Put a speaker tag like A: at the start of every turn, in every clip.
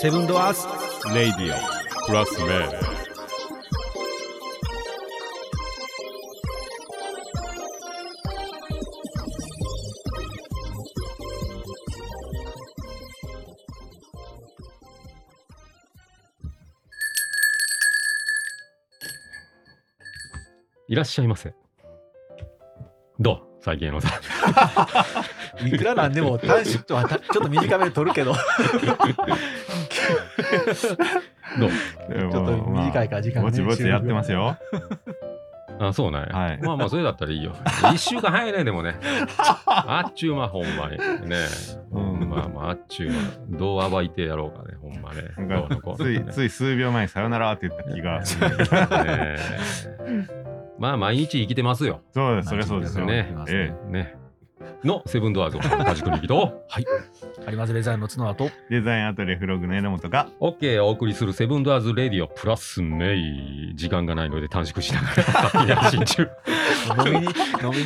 A: セブンドアース
B: Radio Plus Man.
C: いらっしゃいませ。どう最近の さん。
D: いくらなんでも短縮とはたちょっと短めで取るけど、ち
C: どう
B: ちょ
D: ょっと短いから時間ね
B: ぼちぼちやってますよ。
C: あ、そうね。
B: はい
C: まあまあ、それだったらい いよ。一週間早いね、でもね。あっちゅうま、ほんまに。ね
B: うん
C: まあまあ、あっちゅうま。どう暴いてやろうかね、ほんまね。
B: なん
C: どうのこ
B: か
C: うの
B: つい
C: ね
B: つい数秒前にさよならって言った気がする。
C: ねまあ、毎日生きてますよ。
B: そうです、そりゃそうですよ。
C: ね
B: え
C: ね。のセブンドアーズを家塾に行 きと、はい。
D: ありますデザインの角だと。
B: えデザインアトリエフログの榎本が
C: OK お送りするセブンドアーズレディオプラスメイ。時間がないので短縮しながら、さ っき配信中。
D: 飲みに、飲みに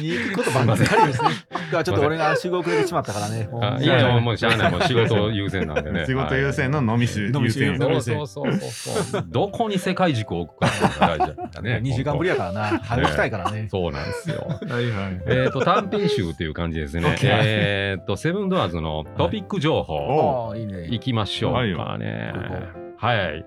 D: 行くことばっかりですね。今日はちょっと俺が集合遅れてしまったからね。ほんま
C: あ
D: に
C: いやいや、もうしゃあない、もう仕事優先なんで ね。
B: 仕事優先の飲み集
D: 飲
B: 優
D: み集
B: 先
D: 飲み
C: そうそうそうそうそう。 どこに世界軸を置くかっていうのが大事だった ね。
D: 2時間ぶりやからな。早く来たいからね。
C: そうなんですよ。
B: はいはい。
C: えっと、短編集っていう感じですね。えっと、セブンドアーズのトピック情報、
B: お
D: ああ、いい
C: 行
D: ね。
C: きましょうかね。はい。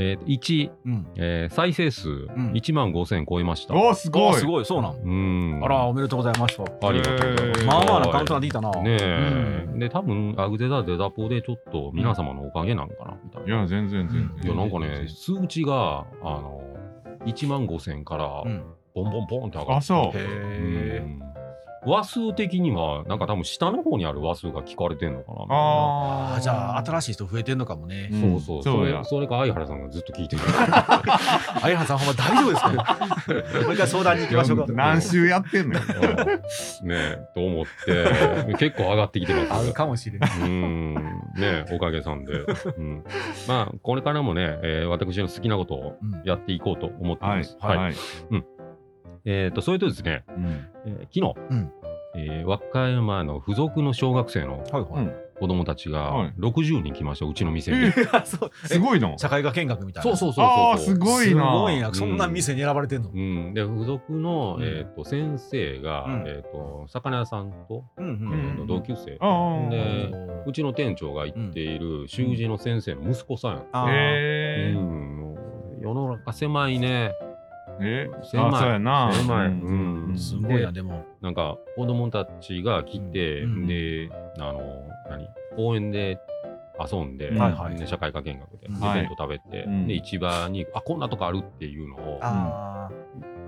C: えー、1、
D: うん。
C: えー再生数
D: ん
C: 1万5000超えました。
B: おーす
D: あ
B: ごい
D: すごい、そうなん。
C: うん。
D: あら、おめでとうございました。
C: ありがとうございます。
B: えー
D: まあまあなカウントができたな。
C: ね
D: うん
C: え、で多分アグゼザデザポでちょっと皆様のおかげなんかなみたい
B: い
C: な。
B: や、全然全
C: い
B: 然。
C: やなんかね数値があの1万5000から
D: うん
C: ボンボンボンって上が
B: あ、
C: って、
B: そう
D: へ。え。
C: うん話数的にはなんか多分下の方にある話数が聞かれてんのかなみたい
B: あ
C: な。
D: あ
B: あ。
D: ーじゃあ、新しい人増えてんのかもね。
B: うん
C: そうそう、
B: そ
C: そうれ
B: や
C: それか相原さんがずっと聞い てる。
D: あやはさん、ほんま大丈夫ですかね もう一回相談に行きましょうか。
B: 何週やってんのよ。
C: ねえ、と思って、結構上がってきてま
D: あ
C: す
D: る。かもしれない。
C: うんねえおかげさんで、うん、まあこれからもね、えー私の好きなことを
D: うん
C: やっていこうと思ってい
B: は
C: ま
B: い
C: す。。
B: はい。
C: えー、とそれとですね、
B: うん
C: えー昨日、
D: うん
C: えー和歌山の付属の小学生の
D: はいはい。
C: 子供たち
B: は
C: が
B: い
C: 60人来ました、うちの店に。
B: え
D: そう
B: すごいの。
D: 社会科見学みたいな。
C: そうそうそうそう
B: ああ、すごい
D: す
B: な。
D: ごいな。
C: ん
D: そんな店に選ばれてんの。
C: うん、で付属の、
D: うん
C: えー、と先生が、
D: うん
C: えー、と魚屋さんと、
D: うんう
C: え
B: ん
C: ーと同級生、
B: ああ。
C: でうちの店長が行っている習字の先生の息子さんや、
D: あー
B: え
C: う
B: ー
C: んもう世の中狭いね
B: え
C: 狭い
B: あそうやな。
C: 狭い
B: うん
C: うん
D: すごいな、でも。
C: なんか子供たちが来て、
D: うん
C: であの何公園で遊んで,、
B: うんはい
D: はい
C: で社会科見学でで
D: うん
C: 弁
B: はい
C: 当食べて、
B: うん
C: で市場にあこんなとこあるっていうのをあ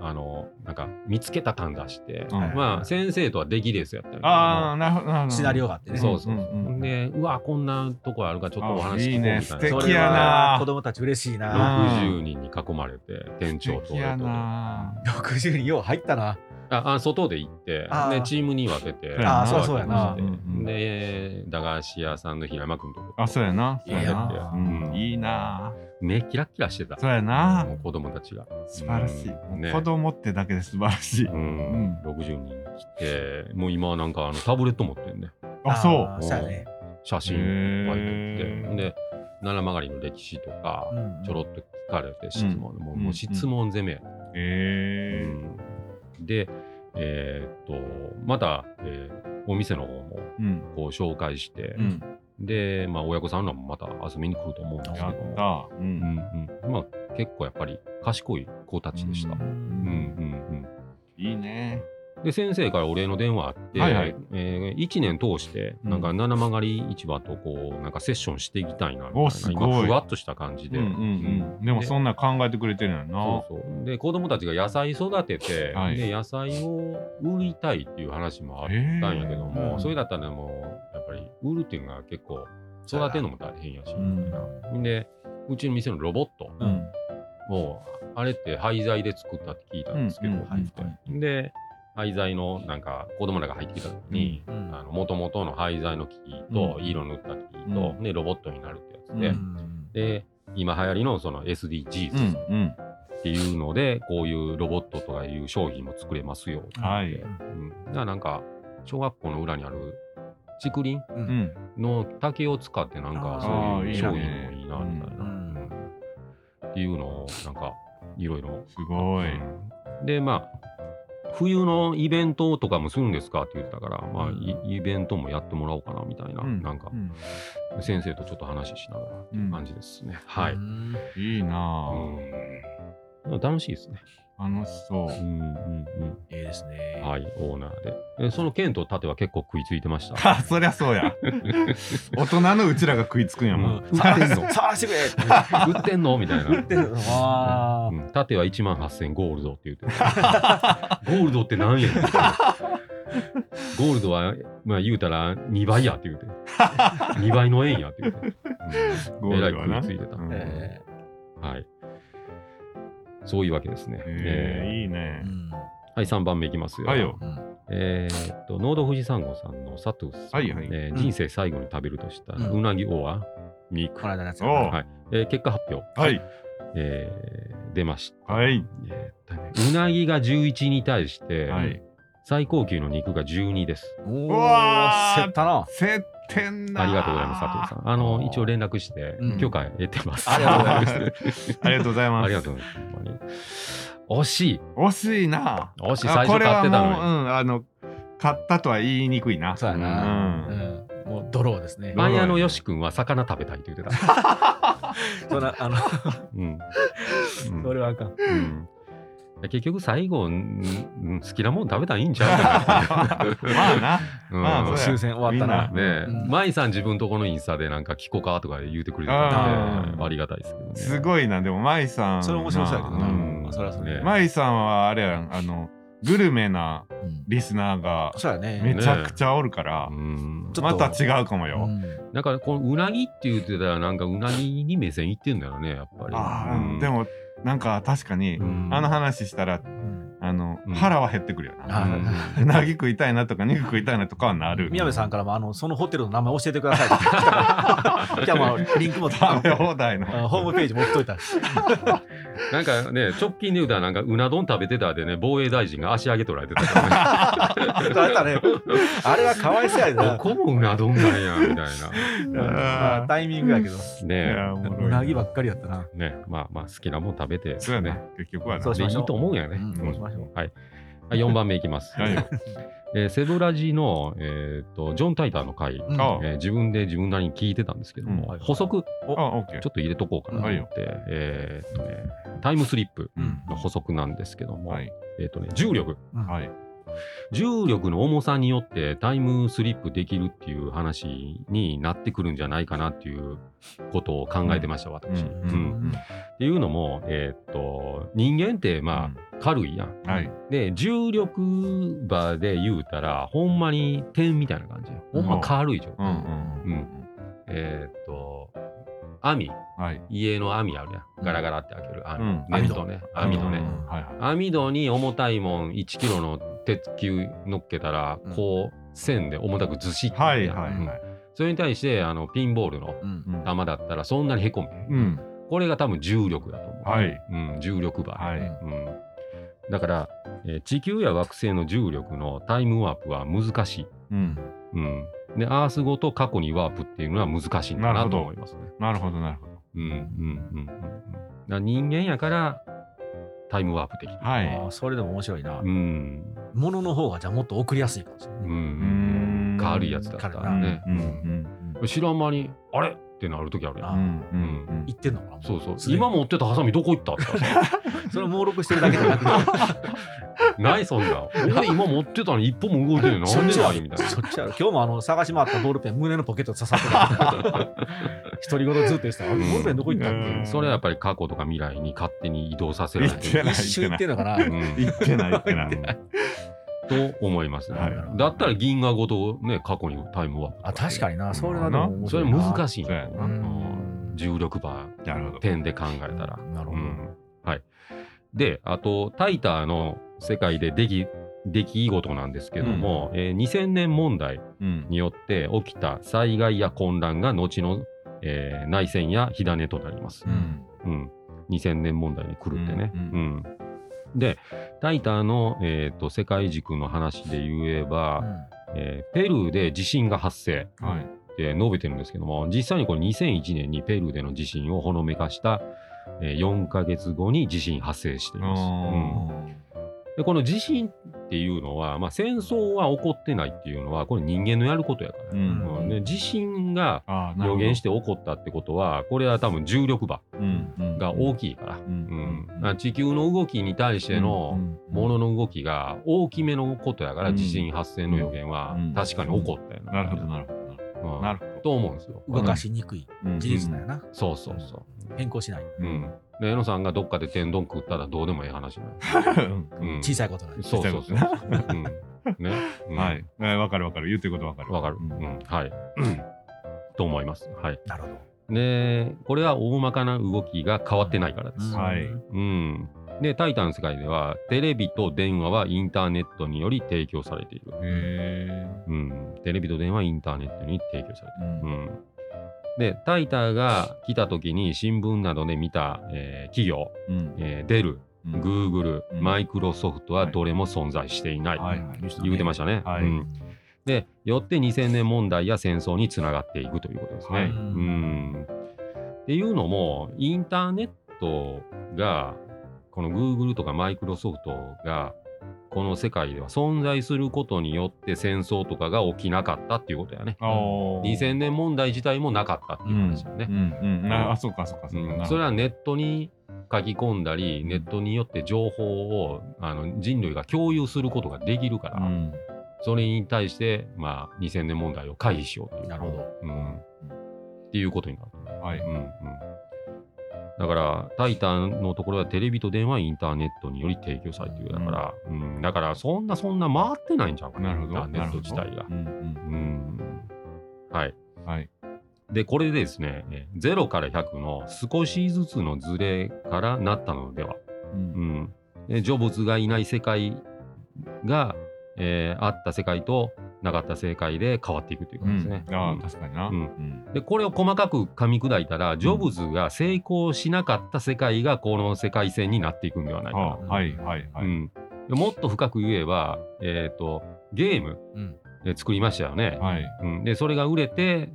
D: あ
C: のなんか見つけた感出して、
B: うん
D: はい
C: まあ先生とは出来レースやったよ
B: ああ、なるほどなるほ
D: あ、
B: ど。
D: シナリオがあってね。
C: そうそうそ
B: うんうんう
C: うんでうわこんなとこあるからちょっとお
B: あ
C: 話
B: いい
C: 聞
B: ね
C: こうみたいな
B: 素
D: そ
B: 敵
D: れ
B: やな
D: は子供たち嬉しいな。
C: 60人に囲まれて店長と
B: 素敵やな。
D: 60人よう入ったな。
C: ああ外で行って
D: あー
C: でチームに分けて
B: あーそう
D: そうや
C: 分
D: な
C: けて
B: うんうん
C: で駄菓子屋さんの平山君とこ
B: あ、そうやな。そうや
D: いいや
B: な。うんいいな。
C: 目キラッキラしてた
B: そうやな
C: もう。子供たちが
B: 素晴らし
C: うん
B: い。
C: ね
B: 子供ってだけで素晴らしい。
C: うん60人来てもう今はなんかあのタブレット持ってるね
B: あ、そう。
D: ーそうやね。
C: 写真いっぱい撮って
B: へー
C: で七曲りの歴史とか
D: うん
C: ちょろっと聞かれて質問、もうもう質問攻め、
B: ええ。
C: うんでえーっとまた、えーお店の方も
B: うん。
C: こう紹介して
B: う、ん。
C: で、まあ、親御さんらもまた遊びに来ると思うんですけど
B: や
C: も
B: った。う
C: うん
B: ん。
C: うん、まあ結構やっぱり賢い子たちでした。うんうんうん
B: いいね。
C: で先生からお礼の電話あって、
B: はいはい
C: え1年通して
B: うん
C: なんか七曲り市場とこうなんかセッションしていきたいなみたい
B: お
C: な
B: すごい
C: 今ふわっとした感じ
B: うん
C: で。
B: うんうん。でも
C: で
B: そんな考えてくれてるんやな。
C: そうそうで子供たちが野菜育てて、
B: はい
C: で野菜を売りたいっていう話もあったんやけど
D: へ
C: も、
D: ー
C: それだったらもうやっぱり売るっていうのが結構育てるのも大変やし、
B: ん
C: でうちの店のロボット
B: うん。
C: もうあれって廃材で作ったって聞いたんですけど、
B: うんうん
D: はいはい
C: で廃材のなんか子供らが入ってきた時に、
D: うん
C: あの元々の廃材の木と
B: うん
C: 色塗った木と、
B: うん
C: でロボットになるってやつ
B: う
C: で、
D: うん
C: で今流行りのその
B: う
C: SDGs
B: んうん。
C: っていうので、こういうロボットとかいう商品も作れますよって言って、
B: はい
C: うんだからなんか小学校の裏にある竹林
D: う
B: うんん。
C: の竹を使ってなんか
D: あ
C: そう
B: ー
C: いう商品もいいな
B: あーいいね
C: みたいな、
D: うん
C: うんっていうのをなんかいろいろ
B: すごい。
C: でまあ冬のイベントとかもするんですかって言ってたから、まあい、イベントもやってもらおうかなみたいな、
B: うん
C: なんか
B: う、ん
C: 先生とちょっと話ししながらっていう感じですね。はい、
D: うん
B: いいなぁ。
C: うん、楽しいですね。
B: 楽しそう。
C: うんうん
D: いいです
C: う
D: ね
C: ん。。はい、オーナーで。えその剣と盾は結構食いついてました。
B: あ、そりゃそう や。大人のうちらが食いつくんや
C: う
B: もん。
C: ん売ってんの
D: 触らせてくれ
C: 売ってんのみたいな。
D: って るわ
C: うん盾は1万8000ゴールドって言ってる ゴールドって何やねんゴールドは、まあ、言うたら2倍やっ て言うて2倍の円やって言うて、うん、
B: ゴ
C: えら
B: ー
C: い
B: ルはな。
C: 食い
B: へ
C: ついてた、
B: うん
D: え
C: はいそういうわけですね、え
B: えいい
D: え
B: ね
D: う。ん
C: ーはい3番目いきますよ
B: はいよ。
D: うん
C: えーっと農道富士山号さんの佐藤さん、
B: はいはい
C: えー
D: うん
C: 人生最後に食べるとしたら、
D: う
C: うんなぎオア肉、
D: この
C: はい
D: 間のやつ
B: おう
C: えー結果発表、
B: はい。
C: えー出ました、
B: はい。
C: えーっとねうなぎが11に対して、
B: はい。
C: 最高級の肉が12です。
D: お
B: うわー
D: ー競ったな
B: 接点だ。
C: ありがとうございます、佐藤さん。あ
D: あ
C: の
D: ー
C: 一応連絡して、
D: うん
C: 許可得てます。
D: ありがとうござい
C: す。
B: ん。ありがとうございます。
C: ありがとうございます。ほんまに惜しい、
B: 惜しいな。
C: 惜しい、
B: あ
C: 最初
B: これ
C: 買っ
B: は
C: て
B: も
C: た
B: う、う
C: のに。
B: ん、あの、買ったとは言いにくいな。
D: そうや
B: う
D: な、うん
B: ん。
D: もうドローですね
C: パン屋のよし君は魚食べたいって言ってた。
D: そんな あの
C: うんうん
D: はあかん
C: うん結局最後、うんうん好きなもん食べたらいいんちゃう
B: まあな。
C: うん
B: まあそうや
D: 終戦終わったな
B: みん
C: ねえ、
D: うん
C: 舞さん自分とこのインスタでなんか聞こうかとか言うてくれて
B: あ
C: たん
B: ー
C: で、ありがたいですけどね。
B: すごいな。でも、舞さん。
D: それ面白そうやけどな、
B: う
C: うん
B: ん
D: まあ、それはそれで、
C: ね
B: 舞さんは、あれやん、あの、グルメな
D: うん
B: リスナーが
D: そうやね
B: めちゃくちゃおるから
C: う、ん
D: ちょっと
B: また違うかも
D: う
B: よ。
D: ん
C: なんかこのうなぎって言ってたらなんかうなぎに目線いってんだよねやっぱり。
B: あ
C: うん
B: あ、でも、なんか確かに
C: う、ん
B: あの話したら、
D: うん
B: あの
C: う、ん
B: 腹は減ってくるよ
D: あ
B: な。
D: ー
B: う なぎ食いたいなとか、肉食いたいなとかはなる。
D: 宮部さんからもあのそのホテルの名前教えてくださいって じゃあもうリンクもあ
B: 食べ
D: の
B: 放題の。
D: あホームページ持っといた
C: なんかね直近で言うたらなんかうな丼食べてたでね防衛大臣が足上げ取られてたから
D: あったねあれはかわいそうやで
C: ね
D: な
C: ここもうな丼なんやみたいな
D: まあタイミングやけど
B: い
C: ね
B: やおもろいな
D: うなぎばっかりやったな
C: ねまあまあ好きなもん食べて
B: そうやな
C: ね。
B: 結局はな
D: そう。し
C: でい
D: ましょう
C: いと思うんやね。
D: うんそうしましょ
C: はい。4番目いきます。
B: はいよ
C: えーセブラジの、えー、とジョン・タイターの回、
D: うん
B: あ
C: えー自分で自分なりに聞いてたんですけど
B: うん
C: も、
D: はい
C: 補足
B: あ、オッケー
C: ちょ。っと入れとこうかなと思って、えーっとね、タイムスリップ
B: うん
C: の補足なんですけども、
B: はい。
C: えーっとね、重力。
B: はい。
C: 重力の重さによってタイムスリップできるっていう話になってくるんじゃないかなっていうことを考えてました、
B: うん
C: 私。
B: うん
C: うんっていうのも、えーっと、人間ってまあ軽いやん。
B: うんはい。
C: で、重力場で言うたら、ほんまに点みたいな感じやほんま軽い状態。
B: うんうん
C: うんえーっと、網。
B: うん。はい。
C: 家の網あるやん。ガラガラって開ける網。
B: うん
C: ネットね。網戸
B: うん
C: ね。
B: はいはい。
C: 網戸に重たいもん1キロの鉄球乗っけたら、
D: うん
C: こう線で重たくずしって
B: はい
C: やる
B: は
C: やん
B: い
C: うん
B: はい。
C: それに対してあのピンボールの
D: うん
B: うん
C: 玉だったらそんなにへこむ、
B: うん。
C: これが多分重力だと思う、
B: はい。
C: うん、重力場、
B: はい。
C: うん、だから、えー地球や惑星の重力のタイムワープは難しい、
B: うん。
C: うん、でアースごと過去にワープっていうのは難しいんだ
B: なる
C: な
B: ほ
C: と
B: ど
C: 思いますね
B: なるほどなるほど。
C: うんうんうんうんうんだから人間やからタイムワープできる、
B: は
D: あ
B: い。
D: ーそれでも面白いな
C: うん
D: ものの方がじゃあもっと送りやすいかもしれ
C: う
D: ない
C: ん
B: うーん
C: 軽いやつだった
D: 軽いな
C: らね
B: うんうん
C: 知らん間にあれってなる時あるや
B: うんんうんうん。
D: 言ってんのかなも
C: そうそう
D: すでに
C: 今持ってたハサミどこ行ったとか さ
D: それは猛録してるだけじゃ なくて
C: ないそんな俺今持ってたのに一歩も動いてるの
D: そ
C: な
D: っ
C: んで
D: ちあ
C: な
D: る
C: いみたいな
D: そっちある今日もあの探し回ったボールペン胸のポケットに刺さってた 独り言ずっと言ってたあれ
C: うん
D: ボールペンどこ行ったっ
B: うん
C: それはやっぱり過去とか未来に勝手に移動させられて
B: 行って
D: け
B: ない
D: 一周行ってんのかな
C: うん
B: 行ってない行って ない。
C: と思いますね、
B: はい
C: だったら銀河ごとね過去にタイムワープ
D: あ確かになそれはで
B: な
D: も面
C: そ
D: 白
C: れ
D: いな
C: 難しいんだよ
B: そう
D: やな
C: うん重力場
B: なるほど。
C: 点で考えたら
D: なるほ
C: う
D: ど
C: んはい、であとタイターの世界で出来出来事なんですけども、えー2000年問題
B: うん。
C: によって起きた災害や混乱が後の、えー内戦や火種となります、
B: うん。
C: うん、2000年問題に狂ってね、
B: う
C: うんんでタイターの、えーと世界軸の話で言えば、
D: うん
C: えーペルーで地震が発生
B: はい。
C: って述べてるんですけども、実際にこれ2001年にペルーでの地震をほのめかした、えー4ヶ月後に地震発生しています。うんでこの地震っていうのは、まあ、戦争は起こってないっていうのはこれ人間のやることやから、
B: う。
D: うん
C: うんで地震が
B: ああ、なる
C: 予
B: ほど。
C: 言して起こったってことはこれは多分重力場
B: うんうん
C: が大きいから,、
B: う
C: うん
B: ん
C: だから地球の動きに対してのも
B: の
C: のの動きが大きめのことやから、
B: うん
C: 地震発生の予言は
B: うん
C: 確かに起こったよな、
B: なるほどなるほど
C: うん
B: なるほ
C: と思うんですよ。
B: わ
D: 動かしにくい
B: ど。
D: 事実だよな。
C: そうそうそう。
D: 変更しない。
C: うん。で、江野さんがどっかで天丼食ったらどうでもいい話なの。
B: うん。
C: うん
D: 小さいことなんで。
C: そうそうそう。うん。ね。うん
B: はい。。えーわかるわかる。言ってることわかる。
C: わかる。う
B: うん
C: ん。はい。と思います。はい。
D: なるほど。
C: で、これは大まかな動きが変わってないからです。
B: はい
C: うん。で、タイタンの世界では、テレビと電話はインターネットにより提供されている。
B: へえ。
C: うん。テレビと電話はインターネットに提供されている。
B: う。
C: うんん、でタイターが来た時に新聞などで見た、えー企業、
B: うん
C: えー、デル、
B: うん
C: グーグル、
B: うん
C: マイクロソフトはどれも存在していない、
B: はい
C: 言うてま
D: し
C: したね。
B: はい
C: うん、でよって2000年問題や戦争につながっていくということですね。
B: はい
C: うん、っていうのもインターネットがこのグーグルとかマイクロソフトがこの世界では存在することによって戦争とかが起きなかったっていうことやね。
B: おー
C: 2000年問題自体もなかったっていう話だね。
B: うんうんうんああそうかそうかそう
C: うん
B: か。
C: それ
B: は
C: はネットに書き込んだり、
B: うん
C: ネットによって情報をあの人類が共有することができるから、
B: うん
C: それに対して、まあ、2000年問題を回避しようという。
D: なるほど。
C: うん、っていうことになると思。
B: はいう
C: うんうんだから、タイタンのところはテレビと電話、インターネットにより提供されているだから、うんだから、そんなそんな回ってないんちゃうか
B: なるほ
C: インタ
B: ど。
C: ーネ
B: なる
C: ット
B: ほど
C: 自体が
B: う。ん
C: うんはい。
B: うんはい。
C: で、これでですね、えー0から100の少しずつのズレからなったのでは、
B: うん
C: うん、でジョブズがいない世界が、えーあった世界となかった世界で変わっていくということですね。
B: うんあ
C: う
B: あ
C: ん
B: 確かにな。
C: う
B: うんん
C: でこれを細かく噛み砕いたら、ジョブズが成功しなかった世界がこの世界線になっていくんではない
B: あ
C: か
B: あ
C: な。
B: はいはいは
C: う
B: い。
C: ん、でもっと深く言えば、えー、とゲーム
D: うん
C: えー作りましたよね。
B: はい。
C: うん、でそれが売れて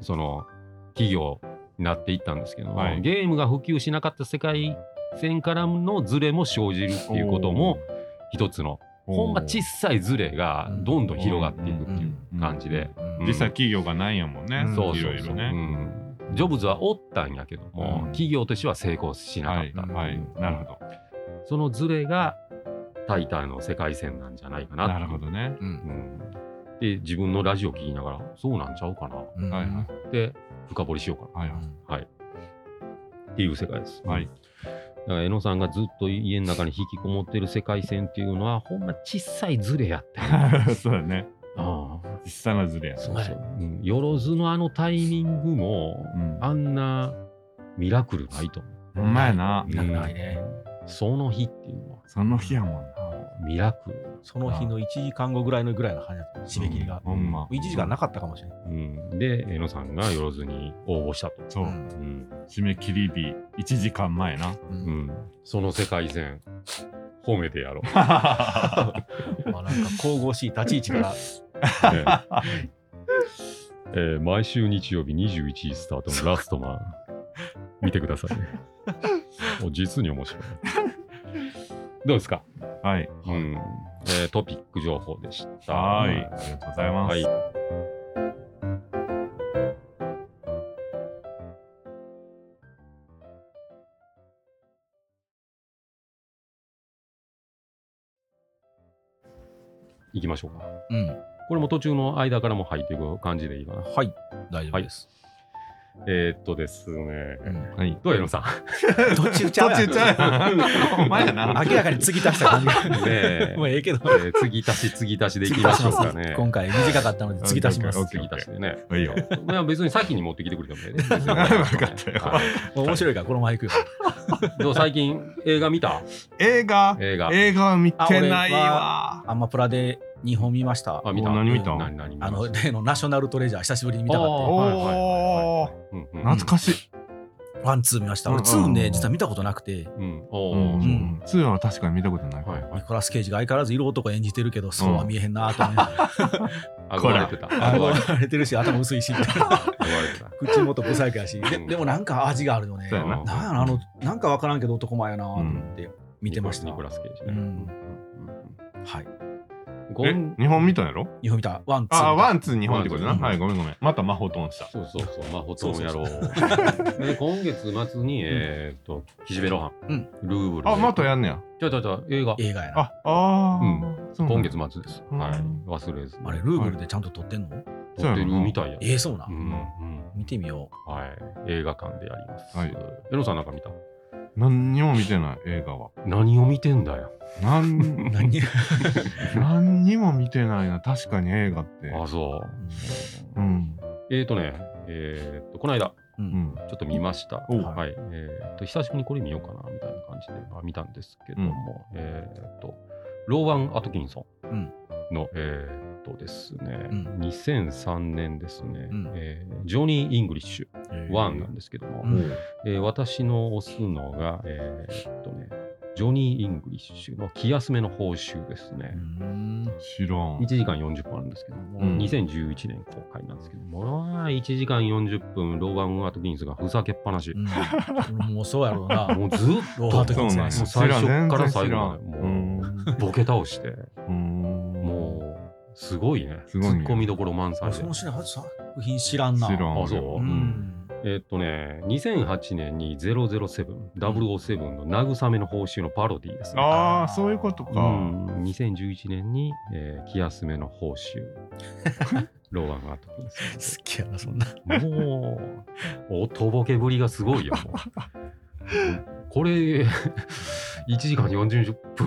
C: その企業になっていったんですけども、
B: はい
C: ゲームが普及しなかった世界線からのズレも生じるっていうことも一つの
B: おー、
C: ほんま小さいズレがどんどん広がっていくっていう
B: うん
C: 感じで、
D: うん
C: うん
B: 実際企業がないんやもんね。
D: うん
C: そう
B: い
C: そ
B: ろ
C: う
B: い
C: そ
B: ろ
C: う、
B: ね。
C: うんジョブズはおったんやけども、
B: うん
C: 企業としては成功しなか
B: は
C: っ
B: い
C: た、
B: はい。なるほど。
C: そのズレがタイタンの世界線なんじゃないかなってい
B: な
C: う
B: るほどね。
D: うん
C: うん、で自分のラジオ聞きながらそうなんちゃうかなっ
D: うん
B: はいはい
C: て深掘りしようかな
B: はいは
D: う
B: い。
D: ん
C: はい。っていう世界です。
B: はい
C: だから、江野さんがずっと家の中に引きこもってる世界線っていうのは、ほんま小さいズレや って。
B: そうだね。
C: あ
B: 実際のズレや
C: あ、。そうそう。うんよろずのあのタイミングも、
B: うん
C: あんなミラクルないと
B: ほ
C: 思
B: んまやな。
D: なくないね。
C: う。その日っていうのは、
B: その日やもんな。
C: ミラクル。
D: その日の1時間後ぐらいのぐらいの話だった締め切りが。
B: ほんま。
D: 1時間なかったかもしれない。
C: うん、で、江野さんがよろずに応募したと。
B: そうう。
D: ん
C: うん。
B: 締め切り日1時間前 な。
C: うん。その世界線、褒めてやろう。
D: まあなんか神々しい立ち位置から。
C: えええー毎週日曜日21時スタートのラストマン、見てくださ いね。お実に面白い。どうですか、
B: はい。
C: うんえートピック情報でした。
B: はい。ありがとうございます。
C: はい行きましょうか。
D: うん。
C: これも途中の間からも入っていく感じでいいかな。
D: はい。大丈夫です。
C: えーっとですね。
D: うん
B: はい。
C: どうやろさん。
D: 途中ちゃうやん。
B: 途中ちゃうやん。ほんまや な。
D: 明らかに継ぎ足した感じが。
C: ねえ
D: もうええけど。
C: えー継ぎ足し継ぎ足しでいきましょうかね。
D: 今回短かったので継ぎ足します
B: オッ。
C: 継
B: ケー
C: ぎ足しでね。
B: いいよ。
C: いや別に先に持ってきてくれてもいいね。 分
B: 分かったよ
D: 面白いからこのまま行くよ。
C: どう最近映画見た
B: 映画
C: 映画。
B: 映画は見て
D: あ
B: ない
D: 俺
B: わ。
D: アマプラで2本見ました。
C: あ、見た。
B: お何見た
C: 何何見た
D: あの例のナショナルトレジャー久しぶりに見たか
C: お
D: っ
C: ー
B: お
C: はいはいはいは
B: おー。
C: うんうん
B: 懐かしい。
D: たワンツー見ました。
B: うん
D: 俺ツーね実は見たことなくて。
C: うん。
B: う
C: おー
B: ん。2は確かに見たことない。
C: はい
D: ニコラス・ケイジが相変わらず色男演じてるけどそうは見えへんなと思いながら
C: 憧れてた。憧れて
D: 憧れてるし、頭薄いし、みた いな口元不細工やし、ででもなんか味があるよね。
B: そうやな
D: なんやろあの、なんかわからんけど男前やなと思って見てました。
C: ニコラス・ケイジ
D: う
C: ね。
D: んはい。
C: ゴン
B: え、日本見たんやろ
D: 日本見たワン、ツー。
B: あ、ワン、ツー、日本ってこと
C: ワ
B: な。
C: ンツー
B: はい、ごめんごめん。また魔法トンした。
C: そうそうそう、まあ、ほとんどやろう。で、今月末に、えーっと、岸辺露伴、
D: うん
C: ルーブル。
B: あ、またやんねや。
C: ちょちょちょ、映画、
D: 映画やな。
B: あ、あ
C: う
B: ーそうな
C: 今
B: んだ
C: 月末です。
B: うん
C: はい、忘れず。
D: あれ、ルーブルでちゃんと撮ってんの
B: そう
C: 撮
B: や
C: って
B: な
C: るみたいや。
D: ええ、そうな
C: うん、。うん。
D: 見てみよ
C: はい。映画館でやります。
B: は
C: はいい。エロさんなんか見た
B: 何にも見てない、映画は。
C: 何を見てんだよ。
D: う。
B: 何、
D: 何
B: 何にも見てないな。確かに映画って。
C: あ、そう。
B: うん。
C: えーとね、えーっと、この間、
B: う
D: う。
B: んん。
C: ちょっと見ました。
B: おう
C: はい。えーっと、久しぶりにこれ見ようかな、みたいな感じで、まあ見たんですけども、えーっと、ローワン・アトキンソンの、えーっとですね、
D: うん
C: 2003年ですね、
D: うん
C: えージョニー・イングリッシュ、ワンなんですけども、
D: うん
C: えー私の推すのが、えーっとね、ジョニー・イングリッシュの気休めの報酬ですね。
D: うん
B: 知らん
C: 1。時間40分あるんですけども、
B: うん
C: 2011年公開なんですけども、まあ、1時間40分、ローガン・ウアート・ギンスがふざけっぱなし、
D: うんもうそうやろう な。
C: もうずっ
D: ローハート
C: と、
D: キ
B: そ
D: ン
B: うなんや。
D: ソンやし
C: もう
B: 知らん
C: 最初か
B: 全
C: ら
B: 然知らん
C: 最後まで
B: う
C: も
B: ん
C: ボケ倒して、
B: うん
C: もう、すごいね、
B: すごいね
C: ツッコミどころ満載で
D: そ。のシーンは作品知らんな。
B: 知らん。
C: あそう
D: うん。
C: えっとね、2008年に007、007の慰めの報酬のパロディですね。
B: ああ、そういうこと
C: う
B: か。
C: ん、2011年に、えー気休めの報 酬、ローガン・ウアート・ギンス。
D: 好きやな、そんな。
C: もう、おとぼけぶりがすごいよ。もうこれ、1時間40分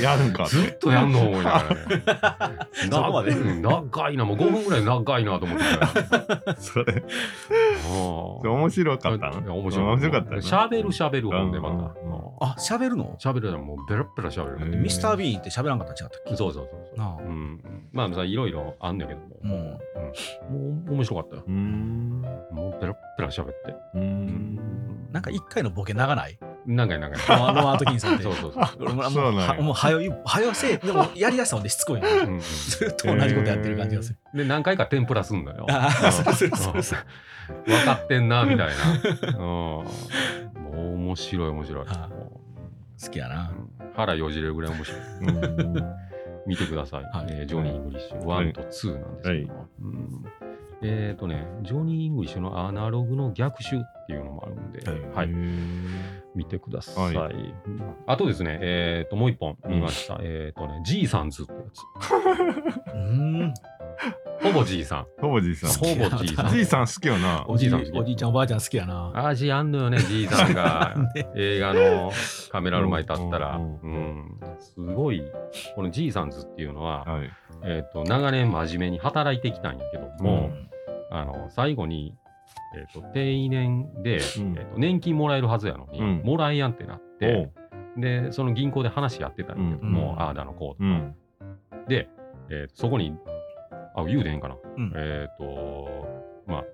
B: やるんかって。
C: ずっとやんの思いながらね。
D: そこまで
C: うん長いな、もう5分ぐらい長いなと思ってたよ
B: それ。
C: ああ
B: 面白かった
C: いや
B: な。
C: 面白
B: 面白かったよな
C: しゃべるしゃべるほんでまた
B: うん。
C: あ
D: あ、喋るの
C: しゃべるならもうベラッベラしゃべ
B: へ
C: る。
B: え
D: ミスター・ビーンって喋らんかったん違ったっけ
C: そうそうそうそう。
D: なあ
C: うん、まあさいろいろあんだけども、
D: うん
C: もう面白かったよ。
B: うん。
C: もうベラッベラしゃべって。
B: う。
C: うん
D: なんか一回のボケ長ない
C: 長い長い。
D: ロアロアートキンさんって。
C: そうそうそう。
D: 俺も
B: そうなんや
D: はもうはよい、はよせえ、でもやりだしたもんでしつこいな。
C: うんうん
D: ずっと同じことやってる感じがする。
C: で何回か天ぷらすんだよ。
D: ああ、そうそうそうそう。
C: うん分かってんなみたい な。うんもう面白い面白い。
D: あ
C: も
D: 好きや
C: う
D: な。
C: うん腹よじれるぐらい面白い。見てください。
D: はい
C: えージョニー・イングリッシュ
B: はい
C: 1と2なんですけども。うんえっ、とね、ジョニー・イングリッシュのアナログの逆襲っていうのもあるんで、はい、見てください。
B: は
C: あとですね、えっ、と、もう一本見ました。えっ、とね、じいさんズってや
D: うん。
C: つ。ほぼじいさん。
B: ほぼじいさん。
C: ほぼじいさん。
B: じいさん好きよな。
C: おじいさん
D: おじいちゃん、おばあちゃん好きやな。
C: 味 あんのよね、じいさんが映画のカメラの前立ったら。
B: う
C: うんん、すごい、このじいさんズっていうのは、
B: はい。
C: えっと長年真面目に働いてきたんやけども、あの最後に、えっと定年で、
B: うん
C: えっと年金もらえるはずやのに、
B: うん
C: もらえやんってなって、でその銀行で話やってたんやけども、
D: うん
C: ああだのこう
B: う
C: だ、
B: ん。
C: で、えーそこにあ言うでへんかな、
D: うん
C: えっ、とまあ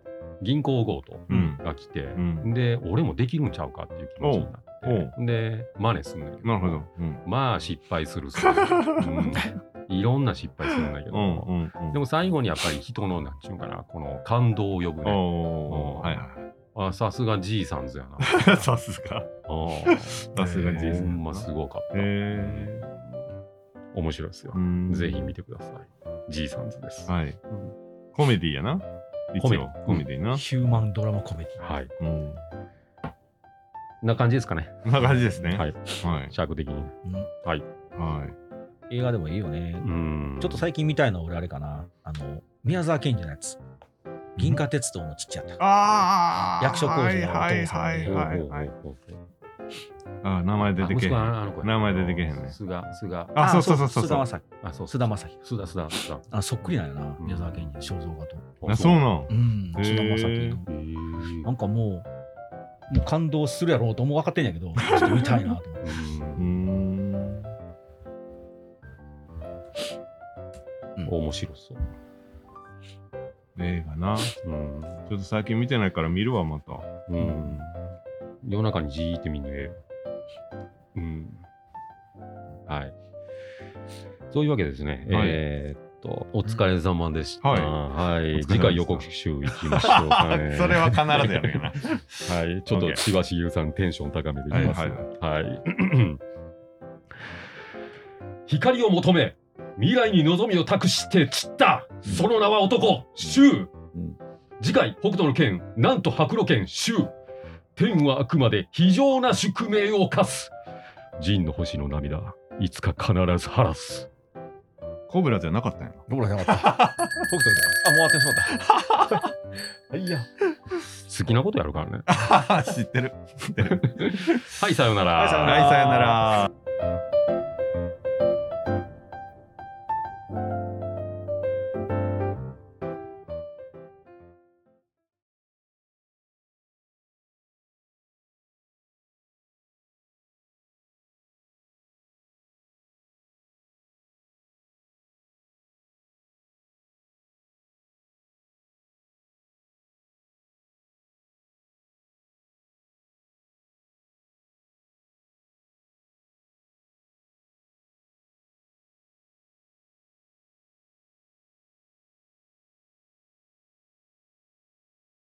C: 銀行強盗
B: うん。
C: が来て、
B: うん。
C: で、俺もできるんちゃうかっていう気持ちになって、で、真似すんだけど、
B: なるほど。うん。
C: まあ失敗する さ、うんいろんな失敗するんだけど、
B: うん。うん。
C: でも最後にやっぱり人の、なんちゅうかな、この感動を呼ぶね、
B: おお。はいは
C: あさすがじいさんずやな。
B: い。 さすが。さすがじいさ
C: ほん
B: ん
C: ま。すごかった。
B: え
C: 面白いですよ。
B: え。
C: ぜひ見てください。じいさんずです。
B: はい。コメディやな。
C: コメ
B: 一応コメディな。
D: ヒューマンドラマコメディ。
C: はい。
B: うん。
C: こんな感じですかね。
B: こんな感じですね。。
C: はいい。
B: はい。
C: 尺的に。
B: はい。
D: 映画でもいいよね。
C: うん。
D: ちょっと最近見たいのは俺あれかな。あの、宮沢賢治のやつ。銀河鉄道の父やった。
B: ああ。はい
D: は
B: はいい
C: ほうほうほうほう、
B: はいはい。あ、名前出てけ。
C: あ息子
B: あ、
C: あの子
B: 名前出てけへんね
C: 菅、菅。
B: そうそうそうそう。
D: 菅田将暉。
C: あ、そう、
D: 菅田将暉。
C: 須田、須田、須田。
D: あ、そっくりなんやな。
C: うん
D: 宮沢賢治、肖像画と。
B: あ、そう
C: へ
B: なん。
D: うん、
B: へー
D: 菅田将暉の。
C: ー
D: なんかもう、もう感動するやろうとも分かってんやけど、ちょっと見たいなと思って。
B: うーん。
C: うん面白そう。
B: 映画な。ち
C: うん。
B: ょっと最近見てないから見るわ、また。
C: うん。夜中にじーって見んのええ。うん。はい。そういうわけですね。
B: はい
C: えーっした。お疲れ様でした。
B: はい
C: はい。
B: お疲れ様でした
C: 次回予告集行きましょう。は い、
B: それは必ずやるよな。
C: はい、ちょっと千葉茂さんテンション高めでいき ます。は
B: はいい
C: 光を求め、未来に望みを託して散った、その名は男、衆。次回、北斗の剣、なんと白露剣、衆。天はあくまで非常な宿命を課す。仁の星の涙、いつか必ず晴らす。
B: コブラじゃなかったん やろ。
E: 僕らじゃなかった。 北斗
D: あ、もう終わってしまっ
C: いや。好きなことやるからね。
B: 知ってる。知ってる。
C: はい、さようなら。
B: はい、さよなら。